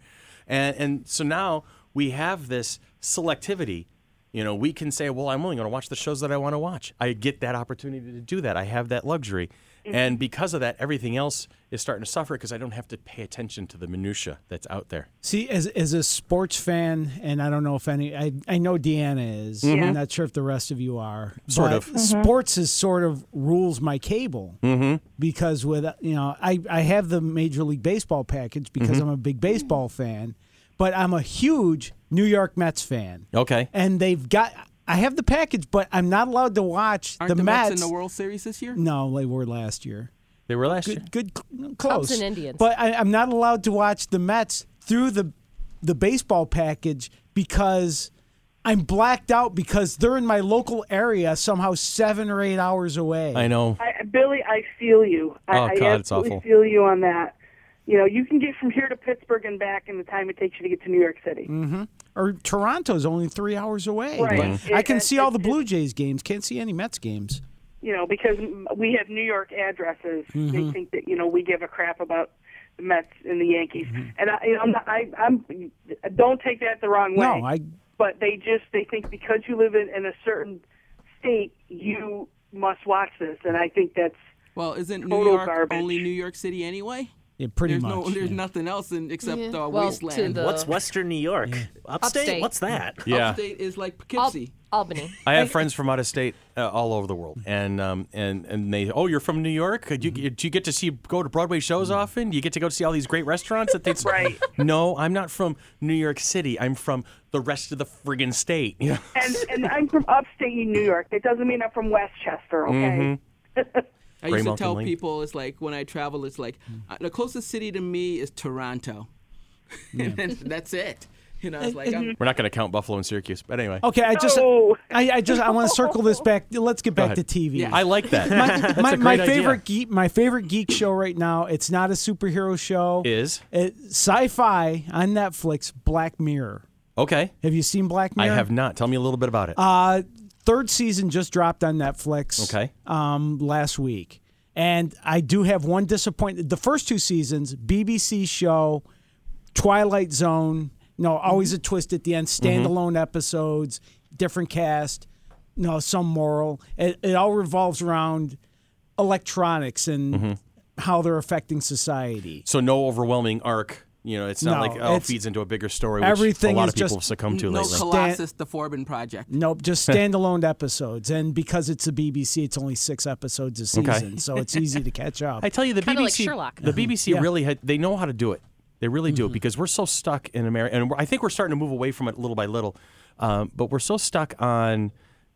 A: And and so now we have this selectivity. You know, we can say, well, I'm only going to watch the shows that I want to watch. I get that opportunity to do that. I have that luxury. And because of that, everything else is starting to suffer because I don't have to pay attention to the minutia that's out there.
E: See, as as a sports fan, and I don't know if any, I I know Deanna is. I'm not sure if the rest of you are.
A: Mm-hmm. Sort
E: but
A: of.
B: Mm-hmm.
E: Sports is sort of rules my cable mm-hmm. because with you know I I have the Major League Baseball package because
A: Mm-hmm.
E: I'm a big baseball fan, but I'm a huge New York Mets fan.
A: Okay.
E: and they've got I have the package, but I'm not allowed to watch
D: Aren't the,
E: Mets.
D: Mets in the World Series this year?
E: no, they were last year
A: They were last year.
E: good, good, cl- close.
B: and Indians.
E: But I, I'm not allowed to watch the Mets through the the baseball package because I'm blacked out because they're in my local area, somehow seven or eight hours away.
A: I know.
G: I, Billy, I feel you. I,
A: Oh,
G: I
A: God, it's
G: absolutely
A: awful.
G: feel you on that. You know, you can get from here to Pittsburgh and back in the time it takes you to get to New York City.
A: Mm.
E: Or Toronto's only three hours away.
G: Right.
E: but
G: Mhm.
E: I can see all the
G: It-
E: Blue Jays games. Can't see any Mets games.
G: You know, because m- we have New York addresses.
A: Mm-hmm.
G: They think that you know we give a crap about the Mets and the Yankees.
A: Mm-hmm.
G: And I, you know, I'm, not, I, I'm don't take that the wrong way.
E: No, I
G: But they just they think because you live in, in a certain state, you must watch this. And I think that's
D: Well, isn't New
G: Total
D: York
G: garbage.
D: only New York City anyway?
E: yeah, pretty
D: There's
E: much.
D: no, there's
E: yeah.
D: nothing else in, except
B: Yeah.
D: uh,
B: Well, to
D: wasteland.
B: the-
C: What's Western New York? Upstate?
B: Upstate.
C: What's that?
A: Yeah.
D: Upstate is like
B: Al-
D: Poughkeepsie.
B: Albany.
A: I have friends from out of state, uh, all over the world, and um, and and they, oh, you're from New York? Do
E: Mm-hmm.
A: you, do you get to see go to Broadway shows often? Do you get to go to see all these great restaurants
E: <laughs>
A: that they?
G: Right.
A: No, I'm not from New York City. I'm from the rest of the friggin' state. You know?
G: and and I'm from upstate New York. That doesn't mean I'm from Westchester. Okay.
A: Mm-hmm.
D: I used to
A: Greymouth
D: tell
A: and Link. Hmm.
D: people it's like when I travel, it's like uh, the closest city to me is Toronto, <laughs> and that's it. You know, it's like I'm,
A: <laughs> We're not going to count Buffalo and Syracuse, but anyway,
E: Okay, I just,
G: No.
E: I, I just, I want to circle this back. Let's get back to
A: ahead.
E: TV.
A: <laughs>
D: Yeah.
A: I like that.
E: my, my,
A: a
E: my
A: great idea.
E: favorite geek, my favorite geek show right now. It's not a superhero show.
A: Is
E: It- sci-fi on Netflix? Black Mirror.
A: Okay.
E: Have you seen Black
A: I
E: Mirror?
A: have not. Tell me a little bit about it.
E: Uh, third season just dropped on Netflix.
A: Okay.
E: Um, last week, and I do have one disappointment. The first two seasons, BBC show, Twilight Zone. No, always a twist at the end.
A: Mm-hmm.
E: Standalone episodes, different cast. No, some moral. It, it all revolves around electronics and
A: Mm-hmm.
E: how they're affecting society.
A: so no overwhelming arc. You know, it's not
E: No,
A: like oh, it
E: it's-
A: feeds into a bigger story, which
E: everything
A: a lot
E: is
A: of people
E: just-
A: have succumbed to
D: No
A: lately.
D: Colossus, the Forbin Project.
A: <laughs>
E: Nope, just standalone episodes. And because it's a BBC, it's only six episodes a
A: Okay.
E: season, so it's easy to catch
A: <laughs>
E: up.
A: I tell you, the
B: Kinda
A: BBC,
B: like Sherlock.
A: the BBC really had, they know how to do it. They really do it because we're so stuck in America, and we're- I think we're starting to move away from it little by little. Um, but we're so stuck on,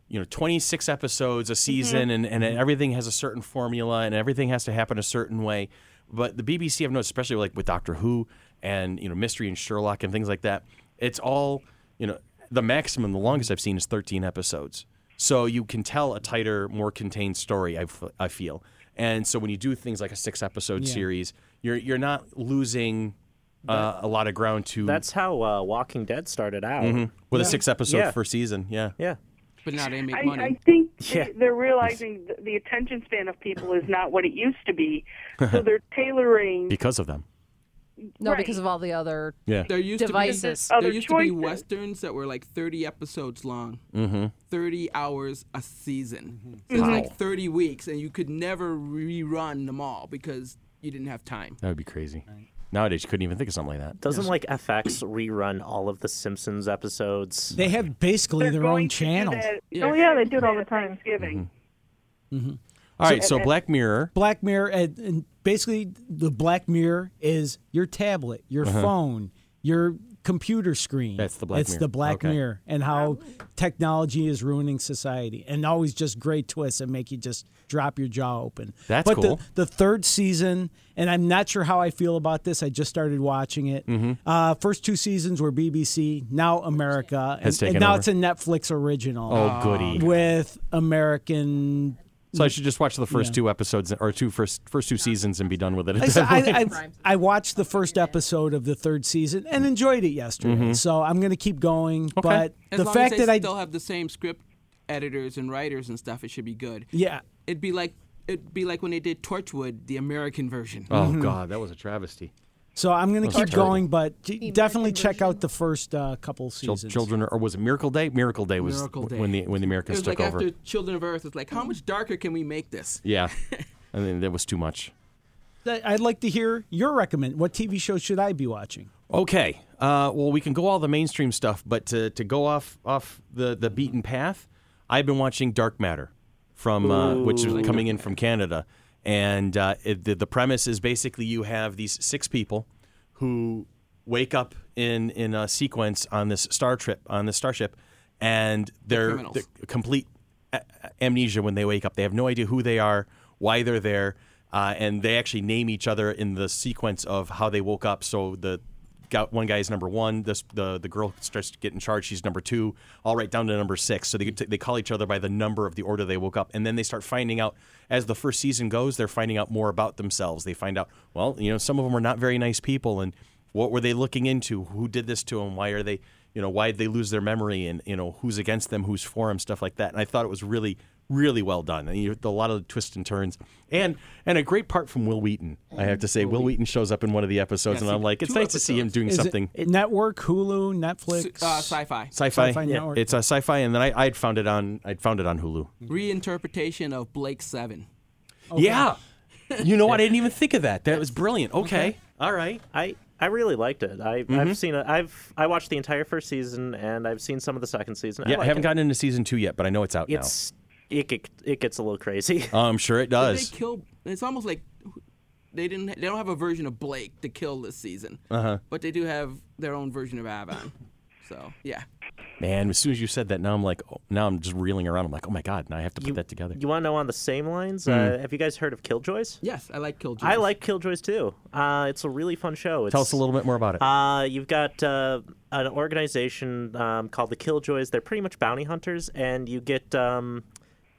A: you know, 26 episodes a season,
B: Mm-hmm.
A: and, and everything has a certain formula, and everything has to happen a certain way. But the BBC, I've noticed, especially like with Doctor Who and you know Mystery and Sherlock and things like that, it's all you know. The maximum, the longest I've seen is 13 episodes. So you can tell a tighter, more contained story. I, f- I feel, and so when you do things like a six episode series, you're you're not losing uh, a lot of ground to
C: That's how uh, Walking Dead started out.
A: with a six episode
C: Yeah.
A: first season. Yeah,
C: Yeah.
D: But now they make
G: I,
D: money.
G: I
A: <laughs>
G: think they-
C: Yeah.
G: they're realizing th- the attention span of people is not what it used
A: <laughs>
G: to be, so they're tailoring
A: because of them.
B: No,
G: Right.
B: because of all the other.
A: Yeah,
D: there used
B: Devices.
D: to be,
G: Other
D: there used to be
G: choices.
D: westerns that were like 30 episodes long,
E: Mm-hmm.
D: 30 hours a season. So it's like 30 weeks, and you could never rerun them all because you didn't have time.
A: that would be crazy. Nowadays, you couldn't even think of something like that.
C: Doesn't like FX rerun all of the Simpsons episodes?
E: They have basically
G: they're
E: their
G: going
E: own
G: to do
E: channel.
G: that-
D: Yeah.
G: Oh yeah, they do it all the time. Thanksgiving.
A: Mm-hmm. All right, so Black Mirror.
E: Black Mirror, and, and basically, the Black Mirror is your tablet, your phone, your computer screen.
A: Uh-huh. That's the Black
E: It's
A: Mirror.
E: the Black
A: Okay.
E: Mirror, and how technology is ruining society, and always just great twists that make you just drop your jaw open.
A: That's
E: but
A: cool.
E: The, the third season, and I'm not sure how I feel about this. I just started watching it.
A: Mm-hmm.
E: Uh, first two seasons were BBC, now America,
A: Has
E: and,
A: taken
E: and now
A: over.
E: it's a Netflix original
A: Oh, goody!
E: with American
A: So I should just watch the first two episodes or two first first two seasons and be done with it.
E: I, said- I, I, I watched the first episode of the third season and enjoyed it yesterday.
A: Mm-hmm.
E: So I'm going to keep going. But
D: As
E: the
D: long
E: fact
D: as they
E: that I
D: still have the same script editors and writers and stuff, it should be good.
E: yeah,
D: It'd be like it'd be like when they did Torchwood, the American version.
A: <laughs> oh God, that was a travesty.
E: so I'm going to keep
A: terrible.
E: going. But j- definitely check out the first uh, couple
A: Chil-
E: seasons.
A: Children, or was it Miracle Day? Miracle Day was
D: Miracle Day.
A: when the when the
D: It
A: Americans
D: was
A: took
D: like
A: over.
D: after Children of Earth, it's like how much darker can we make this? <laughs>
A: Yeah, I mean that was too much.
E: Th- I'd like to hear your recommend. What TV show should I be watching?
A: Okay. Uh, well, we can go all the mainstream stuff, but to, to go off off the, the beaten path, I've been watching Dark Matter, from uh, which is coming in from Canada, and uh, it, the, the premise is basically you have these six people who wake up in in a sequence on this star trip on this starship, and they're,
D: criminals.
A: they're complete a- a- amnesia when they wake up. They have no idea who they are, why they're there, uh, and they actually name each other in the sequence of how they woke up. So the got one guy is number one. This the the girl starts to get in charge. She's number two. All right, down to number six. So they get to- they call each other by the number of the order they woke up, and then they start finding out as the first season goes. They're finding out more about themselves. They find out well, you know, some of them are not very nice people, and what were they looking into? Who did this to them? Why are they? you know why they lose their memory and you know who's against them who's for them stuff like that and i thought it was really really well done and you, a lot of the twists and turns and and a great part from will wheaton i have to say will wheaton shows up in one of the episodes and i'm like it's
D: two
A: nice to see him doing
E: Is it
A: something
E: network, Hulu,
D: S-
E: Netflix,
D: Uh, sci-fi
A: sci-fi,
E: Sci-Fi Yeah. Network.
A: it's a sci-fi and then i i'd found it on i'd found it on hulu
D: reinterpretation of Blake Seven.
A: <laughs> yeah you know what i didn't even think of that that was brilliant okay, all right
C: I I really liked it. I
A: Mm-hmm.
C: I've seen it. I've I watched the entire first season and I've seen some of the second season.
A: yeah i
C: like
A: haven't
C: it.
A: gotten into season two yet but i know it's out
C: It's it get, it gets a
A: <laughs>
C: little crazy. <laughs>
A: now i'm sure it
D: They
A: does
D: kill. It's almost like they didn't. They don't have a version of Blake to kill this season. Uh-huh. But they do have their own version of Avon. So yeah.
A: man as soon as you said that now i'm like oh, now i'm just reeling around i'm like oh my god now i have to put that together
C: You want to know on the same lines?
A: Mm.
C: Uh, have you guys heard of Killjoys?
D: Yes, I like Killjoy.
C: I like Killjoys too. Uh, it's a really fun show. It's,
A: Tell us a little bit more about it.
C: Uh, you've got uh, an organization um, called the Killjoys. They're pretty much bounty hunters, and you get um,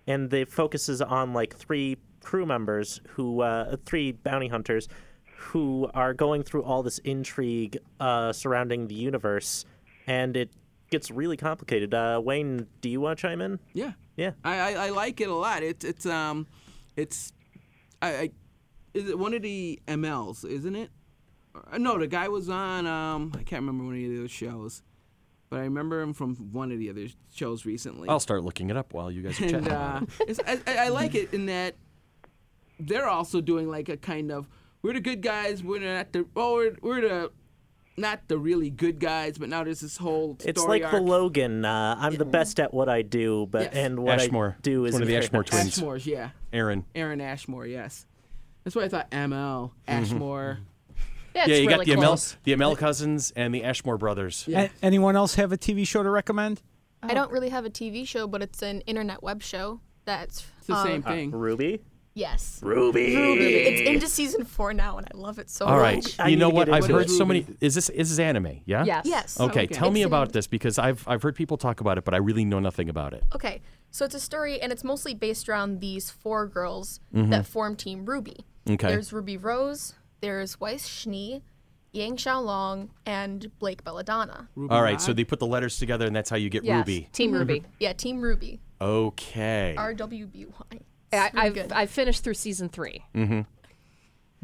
C: and the focuses on like three crew members who uh, three bounty hunters who are going through all this intrigue uh, surrounding the universe and it gets really complicated. Uh, Wayne, do you want to chime in?
D: Yeah.
C: Yeah.
D: I, I, I like it a lot. It's it's um, it's, I, I, is it one of the MLs, isn't it? Uh, No, the guy was on um, I can't remember one of the other shows, but I remember him from one of the other shows recently.
C: Oh,
A: I'll start looking it up while you guys are
D: <laughs> and
A: chatting.
D: uh, it's, I, I I like it in that they're also doing like a kind of we're the good guys, we're not the oh we're, we're the not the really good guys, but now there's this whole story
C: It's like the
D: arc.
C: Logan. Uh, I'm the best at what I do, but
D: Yes.
C: and what
A: Ashmore.
C: I do
A: It's
C: is
A: one of the Ashmore twins.
D: Ashmore's, yeah.
A: Aaron.
D: Aaron Ashmore, yes. That's why I thought ML Ashmore.
B: Yeah,
A: yeah,
B: it's
A: you got
B: really
A: the
B: close.
A: ML, the ML cousins, and the Ashmore brothers.
D: Yeah.
E: A- anyone else have a TV show to recommend?
I: I don't really have a TV show, but it's an internet web show. That's
D: It's the
I: um,
D: same thing.
C: Ruby.
I: Yes.
C: Uh, Ruby.
I: It's into season four now, and I love it so
A: All
I: much.
A: right.
C: I
A: you
C: need
A: know
C: to
A: what?
C: get
A: I've
C: into
A: heard
C: it.
A: so many. Is this is this anime? Yeah.
B: Yes.
I: Yes.
A: Okay,
D: Okay.
A: tell me
I: It's
A: about
I: an-
A: this because I've I've heard people talk about it, but I really know nothing about it.
I: Okay, so it's a story, and it's mostly based around these four girls that form Team Ruby.
A: Mm-hmm. Okay.
I: There's Ruby Rose, there's Weiss Schnee, Yang Xiaolong, and Blake Belladonna.
A: All right, so they put the letters together, and that's how you get
B: Yes.
A: Ruby. Mm-hmm.
B: Team Ruby.
I: Yeah, Team Ruby.
A: Okay.
I: RWBY. It's
B: I,
I: really
B: I've
I: good.
B: I've finished through season three.
A: Mm.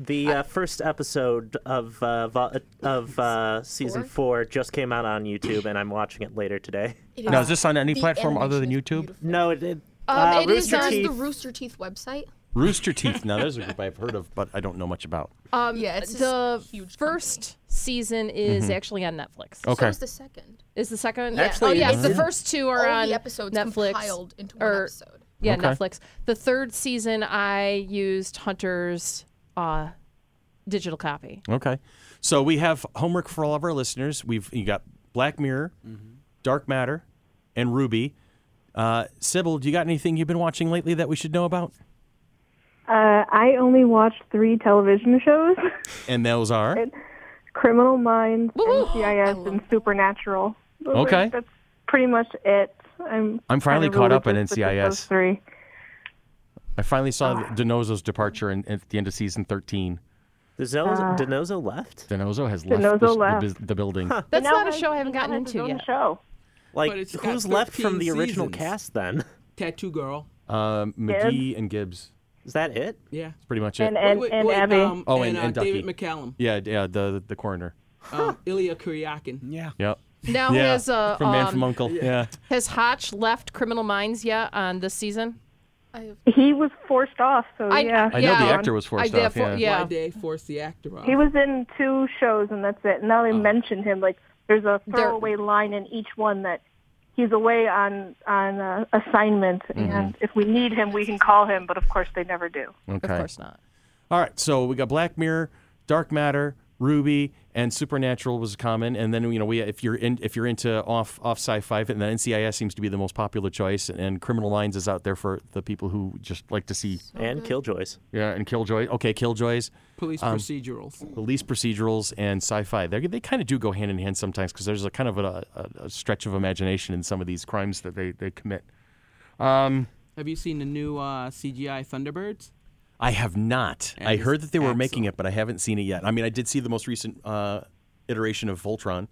C: The uh, first episode of uh, vo- of uh, season four just came out on YouTube, and I'm watching it later today.
I: It
A: Now, is this on any
I: the
A: platform other than
I: animation is
A: YouTube?
I: beautiful.
C: <laughs> No, it, it,
B: Um,
C: uh,
B: it is
I: Is
C: Rooster
I: there
C: Teeth.
I: the Rooster Teeth website?
A: Rooster Teeth. Now, there's a group I've heard of, but I don't know much about.
B: Um,
I: Yeah, it's just
B: the
I: huge
B: first season is
A: Mm-hmm.
B: actually on Netflix.
I: So
A: Okay.
I: is the second.
B: Is the second?
C: Actually,
B: oh yes,
C: it
B: the
C: is.
B: first two are
I: All
B: on
I: the episodes
B: Netflix.
I: compiled into one
B: or-
I: episode.
B: Yeah,
A: Okay.
B: Netflix. The third season, I used Hunter's uh, digital copy.
A: Okay. So we have homework for all of our listeners. We've you got Black Mirror, Dark Matter, and Ruby. Uh, Sybil, do you got anything you've been watching lately that we should know about?
F: Uh, I only watched three television shows: <laughs>
A: And those are
F: Criminal Minds,
B: Woo-hoo!
F: NCIS, and Supernatural. Those are-
A: Okay.
F: that's pretty much it. I'm
A: I'm finally
F: kinda
A: caught up on
F: religious with just
A: NCIS.
F: Those three.
A: I finally saw
F: Ah.
A: Denozo's departure in, at the end of season 13.
C: Denozo, Denozo left.
A: Denozo has left,
F: Denozo
A: the, the
F: left.
A: bus- the building.
B: That's
F: Now
B: not a
F: has-
B: show I haven't
F: now
B: gotten
F: has his
B: into
F: own
B: yet.
F: Show.
C: Like,
D: But it's got
C: who's left
D: 13
C: from the original
D: seasons.
C: cast? Then
D: Tattoo Girl.
A: Um, McGee and Gibbs.
C: is that it?
D: Yeah.
A: That's pretty much it.
F: And and,
D: Wait, wait,
F: and
D: wait,
F: Abby.
D: Um,
A: Oh,
D: and,
A: and- and
D: uh, David
A: Ducky.
F: <laughs>
D: McCallum.
A: yeah, yeah, the the coroner.
D: Um, Ilya Kuryakin.
E: Yeah.
A: Yep.
B: Now
A: yeah.
B: has uh,
A: from Man
B: um,
A: from Uncle. Yeah.
B: has Hotch left Criminal Minds yet on this season?
I: I,
F: He was forced off, so
B: I-
F: yeah.
A: I know the
B: Yeah.
A: actor was forced
B: I did
A: off.
B: for-
A: yeah.
B: yeah.
D: Why they forced the actor off?
F: He was in two shows, and that's it. Now they mentioned him. Like there's a
B: There-
F: throwaway line in each one that he's away on on uh, assignment, and if we need him, we can call him. But of course, they never do.
A: Okay.
B: Of course not.
A: All right. So we got Black Mirror, Dark Matter, Ruby, and Supernatural was common. And then you know we if you're in if you're into off off sci-fi, then NCIS seems to be the most popular choice. And Criminal Minds is out there for the people who just like to see.
C: and Killjoys.
A: Yeah. And Killjoy. Okay, Killjoys.
D: Police procedurals.
A: police procedurals and sci-fi they they kind of do go hand in hand sometimes because there's a kind of a, a, a stretch of imagination in some of these crimes that they, they commit um,
D: Have you seen the new uh, CGI Thunderbirds?
A: i have not i
D: it's
A: heard that they were making
D: excellent.
A: it but i haven't seen it yet i mean i did see the most recent uh, iteration of voltron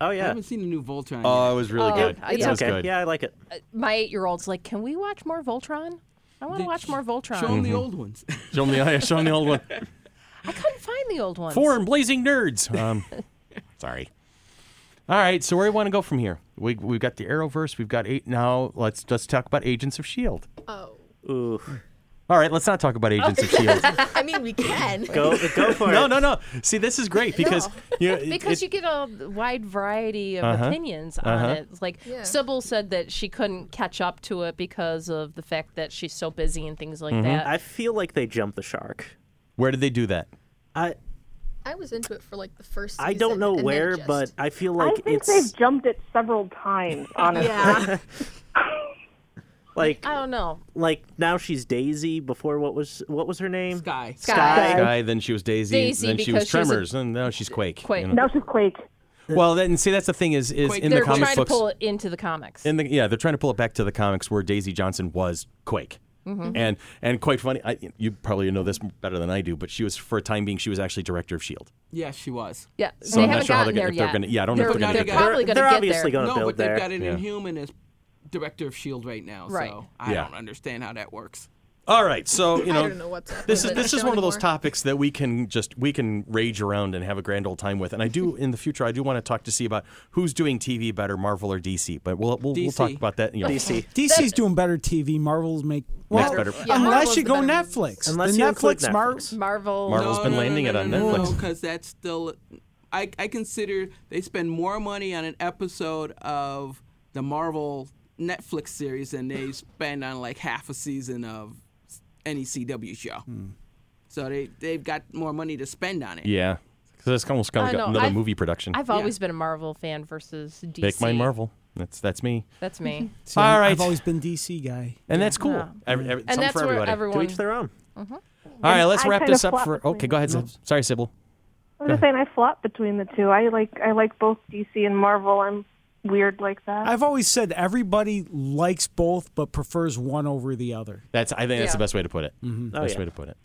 C: Oh
D: I
C: yeah,
D: haven't seen the new Voltron
A: oh
D: yet.
A: it was really
B: Oh,
A: good
B: it's
A: it
B: yeah.
A: was
C: okay.
A: good
C: Yeah, I like it.
B: My eight-year-old's like, can we watch more Voltron? I want to
D: Did-
B: watch more Voltron.
D: Show him
A: Mm-hmm.
D: the old ones. <laughs>
A: show them the, <laughs> yeah, show 'em the old one
B: I couldn't find the old ones.
A: foreign blazing nerds um, sorry all right so where do we want to go from here we, we've got the arrowverse we've got eight now let's let's talk about agents of shield
I: oh.
C: Ooh,
A: E all right let's not talk about agents of shield
I: I mean, we can.
C: go go for
A: E no,
C: it.
A: no, no. See, this is
B: <laughs>
A: great because you know, it-
B: because
A: it- Uh-huh.
B: you get a wide variety of opinions on it. It's Like
I: Yeah.
B: Sybil said that she couldn't catch up to it because of the fact that she's so busy and things
A: Mm-hmm.
B: like that.
C: I feel like they jumped the shark.
A: where did they do that?
C: I
I: I was into it for like the first. Season,
C: I don't know
I: and then it
C: where,
I: just-
C: but I feel
F: I
C: like
F: think
C: it's
F: they've jumped it several
C: <laughs>
F: times. Honestly,
I: yeah,
C: like
B: I don't know.
C: like now she's Daisy. Before what was what was her name?
D: Sky.
B: Sky.
A: Sky, then she was Daisy,
B: Daisy,
A: then she
B: because
A: was
B: she's a-
A: Tremors, and now she's Quake.
B: Quake.
A: know.
F: now she's Quake.
A: Well, then see, that's the thing is is
D: Quake.
A: in
B: They're
A: the comic
B: trying
A: books.
B: to pull it into the comics.
A: in the yeah, they're trying to pull it back to the comics where Daisy Johnson was Quake.
I: Mm-hmm.
A: And and quite funny, I, you probably know this better than I do, but she was for a time being she was actually director of Shield.
D: Yes, she was.
B: Yeah,
A: So
B: they
A: I'm not
B: haven't
A: sure how they're gonna-
B: gotten there
A: if they're
B: yet.
A: gonna- yeah, I don't know if
D: they're gonna get there.
B: probably going to
C: they're
B: get
C: obviously
B: there.
C: going to
D: no,
C: build
D: but they've
C: there.
D: got an
A: Yeah.
D: Inhuman as director of Shield E right now,
B: Right.
D: so I
A: Yeah.
D: don't understand how that works.
A: All right, so you know,
I: I don't know what's up.
A: this
I: with
A: is
I: that
A: this is
I: show
A: one of those
I: anymore.
A: topics that we can just we can rage around and have a grand old time with. And I do in the future, I do want to talk to see about who's doing TV better, Marvel or DC. But we'll we'll, we'll talk
D: DC.
A: about that. You know.
C: DC.
E: DC's doing better TV. Marvel's make well,
A: better.
B: Yeah,
E: unless
B: Marvel's
E: you
B: the
E: go
B: better movies.
E: Netflix.
C: Unless
E: the
C: you include
E: Netflix, Mar-
C: Netflix.
A: Marvel.
B: Marvel.
A: Marvel's been landing it on Netflix.
D: because that's still. I, I consider they spend more money on an episode of the Marvel Netflix series than they spend on like half a season of any CW show.
A: Hmm.
D: So they they've got more money to spend on it.
A: Yeah, because it's almost kind
B: I
A: of like
B: know,
A: another
B: I've-
A: movie production.
B: I've always been a Marvel fan versus DC.
A: Make mine Marvel. That's that's me,
B: That's
A: <laughs>
B: me.
E: See,
A: All right.
E: I've always been DC guy.
A: and that's cool. Every, every,
B: and
A: something
B: that's
A: for
B: where
A: everybody.
B: everyone.
C: To each their own.
A: All right, let's
F: I
A: wrap
F: kind
A: this
F: of
A: up
F: flop
A: for.
F: between
A: Okay, go ahead. Sib. Sorry, Sybil.
F: I was just saying I flop between the two. I like I like both DC and Marvel. I'm weird like that.
E: I've always said everybody likes both but prefers one over the other.
A: That's I think that's the
B: Yeah.
A: best way to put it. Mm-hmm.
C: Oh,
A: best
C: yeah.
A: way to put it.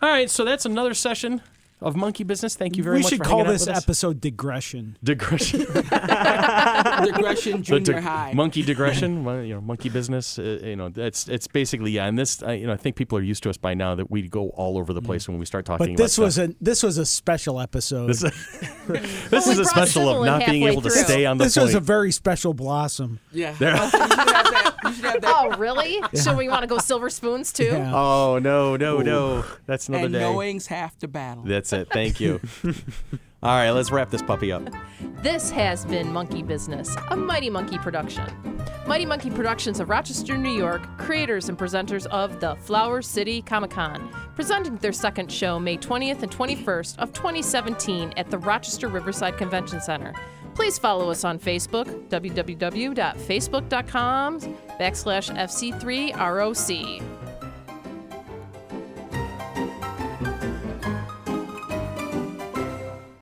A: All right, so that's another session of Monkey Business. Thank you very
E: we
A: much.
E: should
A: for
E: call
A: hanging out
E: this
A: with us.
E: episode digression.
A: digression.
D: Digression
A: the
D: Junior
A: dig-
D: High.
A: Monkey digression, <laughs> mon- you know, monkey business. Uh, you know, that's it's basically yeah. And this, I, you know, I think people are used to us by now that we go all over the place when we start talking.
E: But this
A: about
E: was
A: stuff.
E: a this was a special episode.
A: This,
E: This,
A: this
B: we
A: is a
B: brought
A: special
B: Sybil
A: of
B: in
A: not being
B: halfway
A: able to
B: through.
A: stay on the point.
E: was a very special blossom.
D: yeah. you should have that. You should have that.
B: Oh, really? So we want to go silver spoons too?
E: Yeah.
A: oh no, no, no! That's <laughs> another
D: and
A: day.
D: knowing's half the battle.
A: That's it. Thank you. all right, let's wrap this puppy up.
B: This has been Monkey Business, a Mighty Monkey production. Mighty Monkey Productions of Rochester, New York, creators and presenters of the Flower City Comic Con, presenting their second show May 20th and 21st of 2017 at the Rochester Riverside Convention Center. Please follow us on Facebook, www.facebook.com backslash FC3ROC.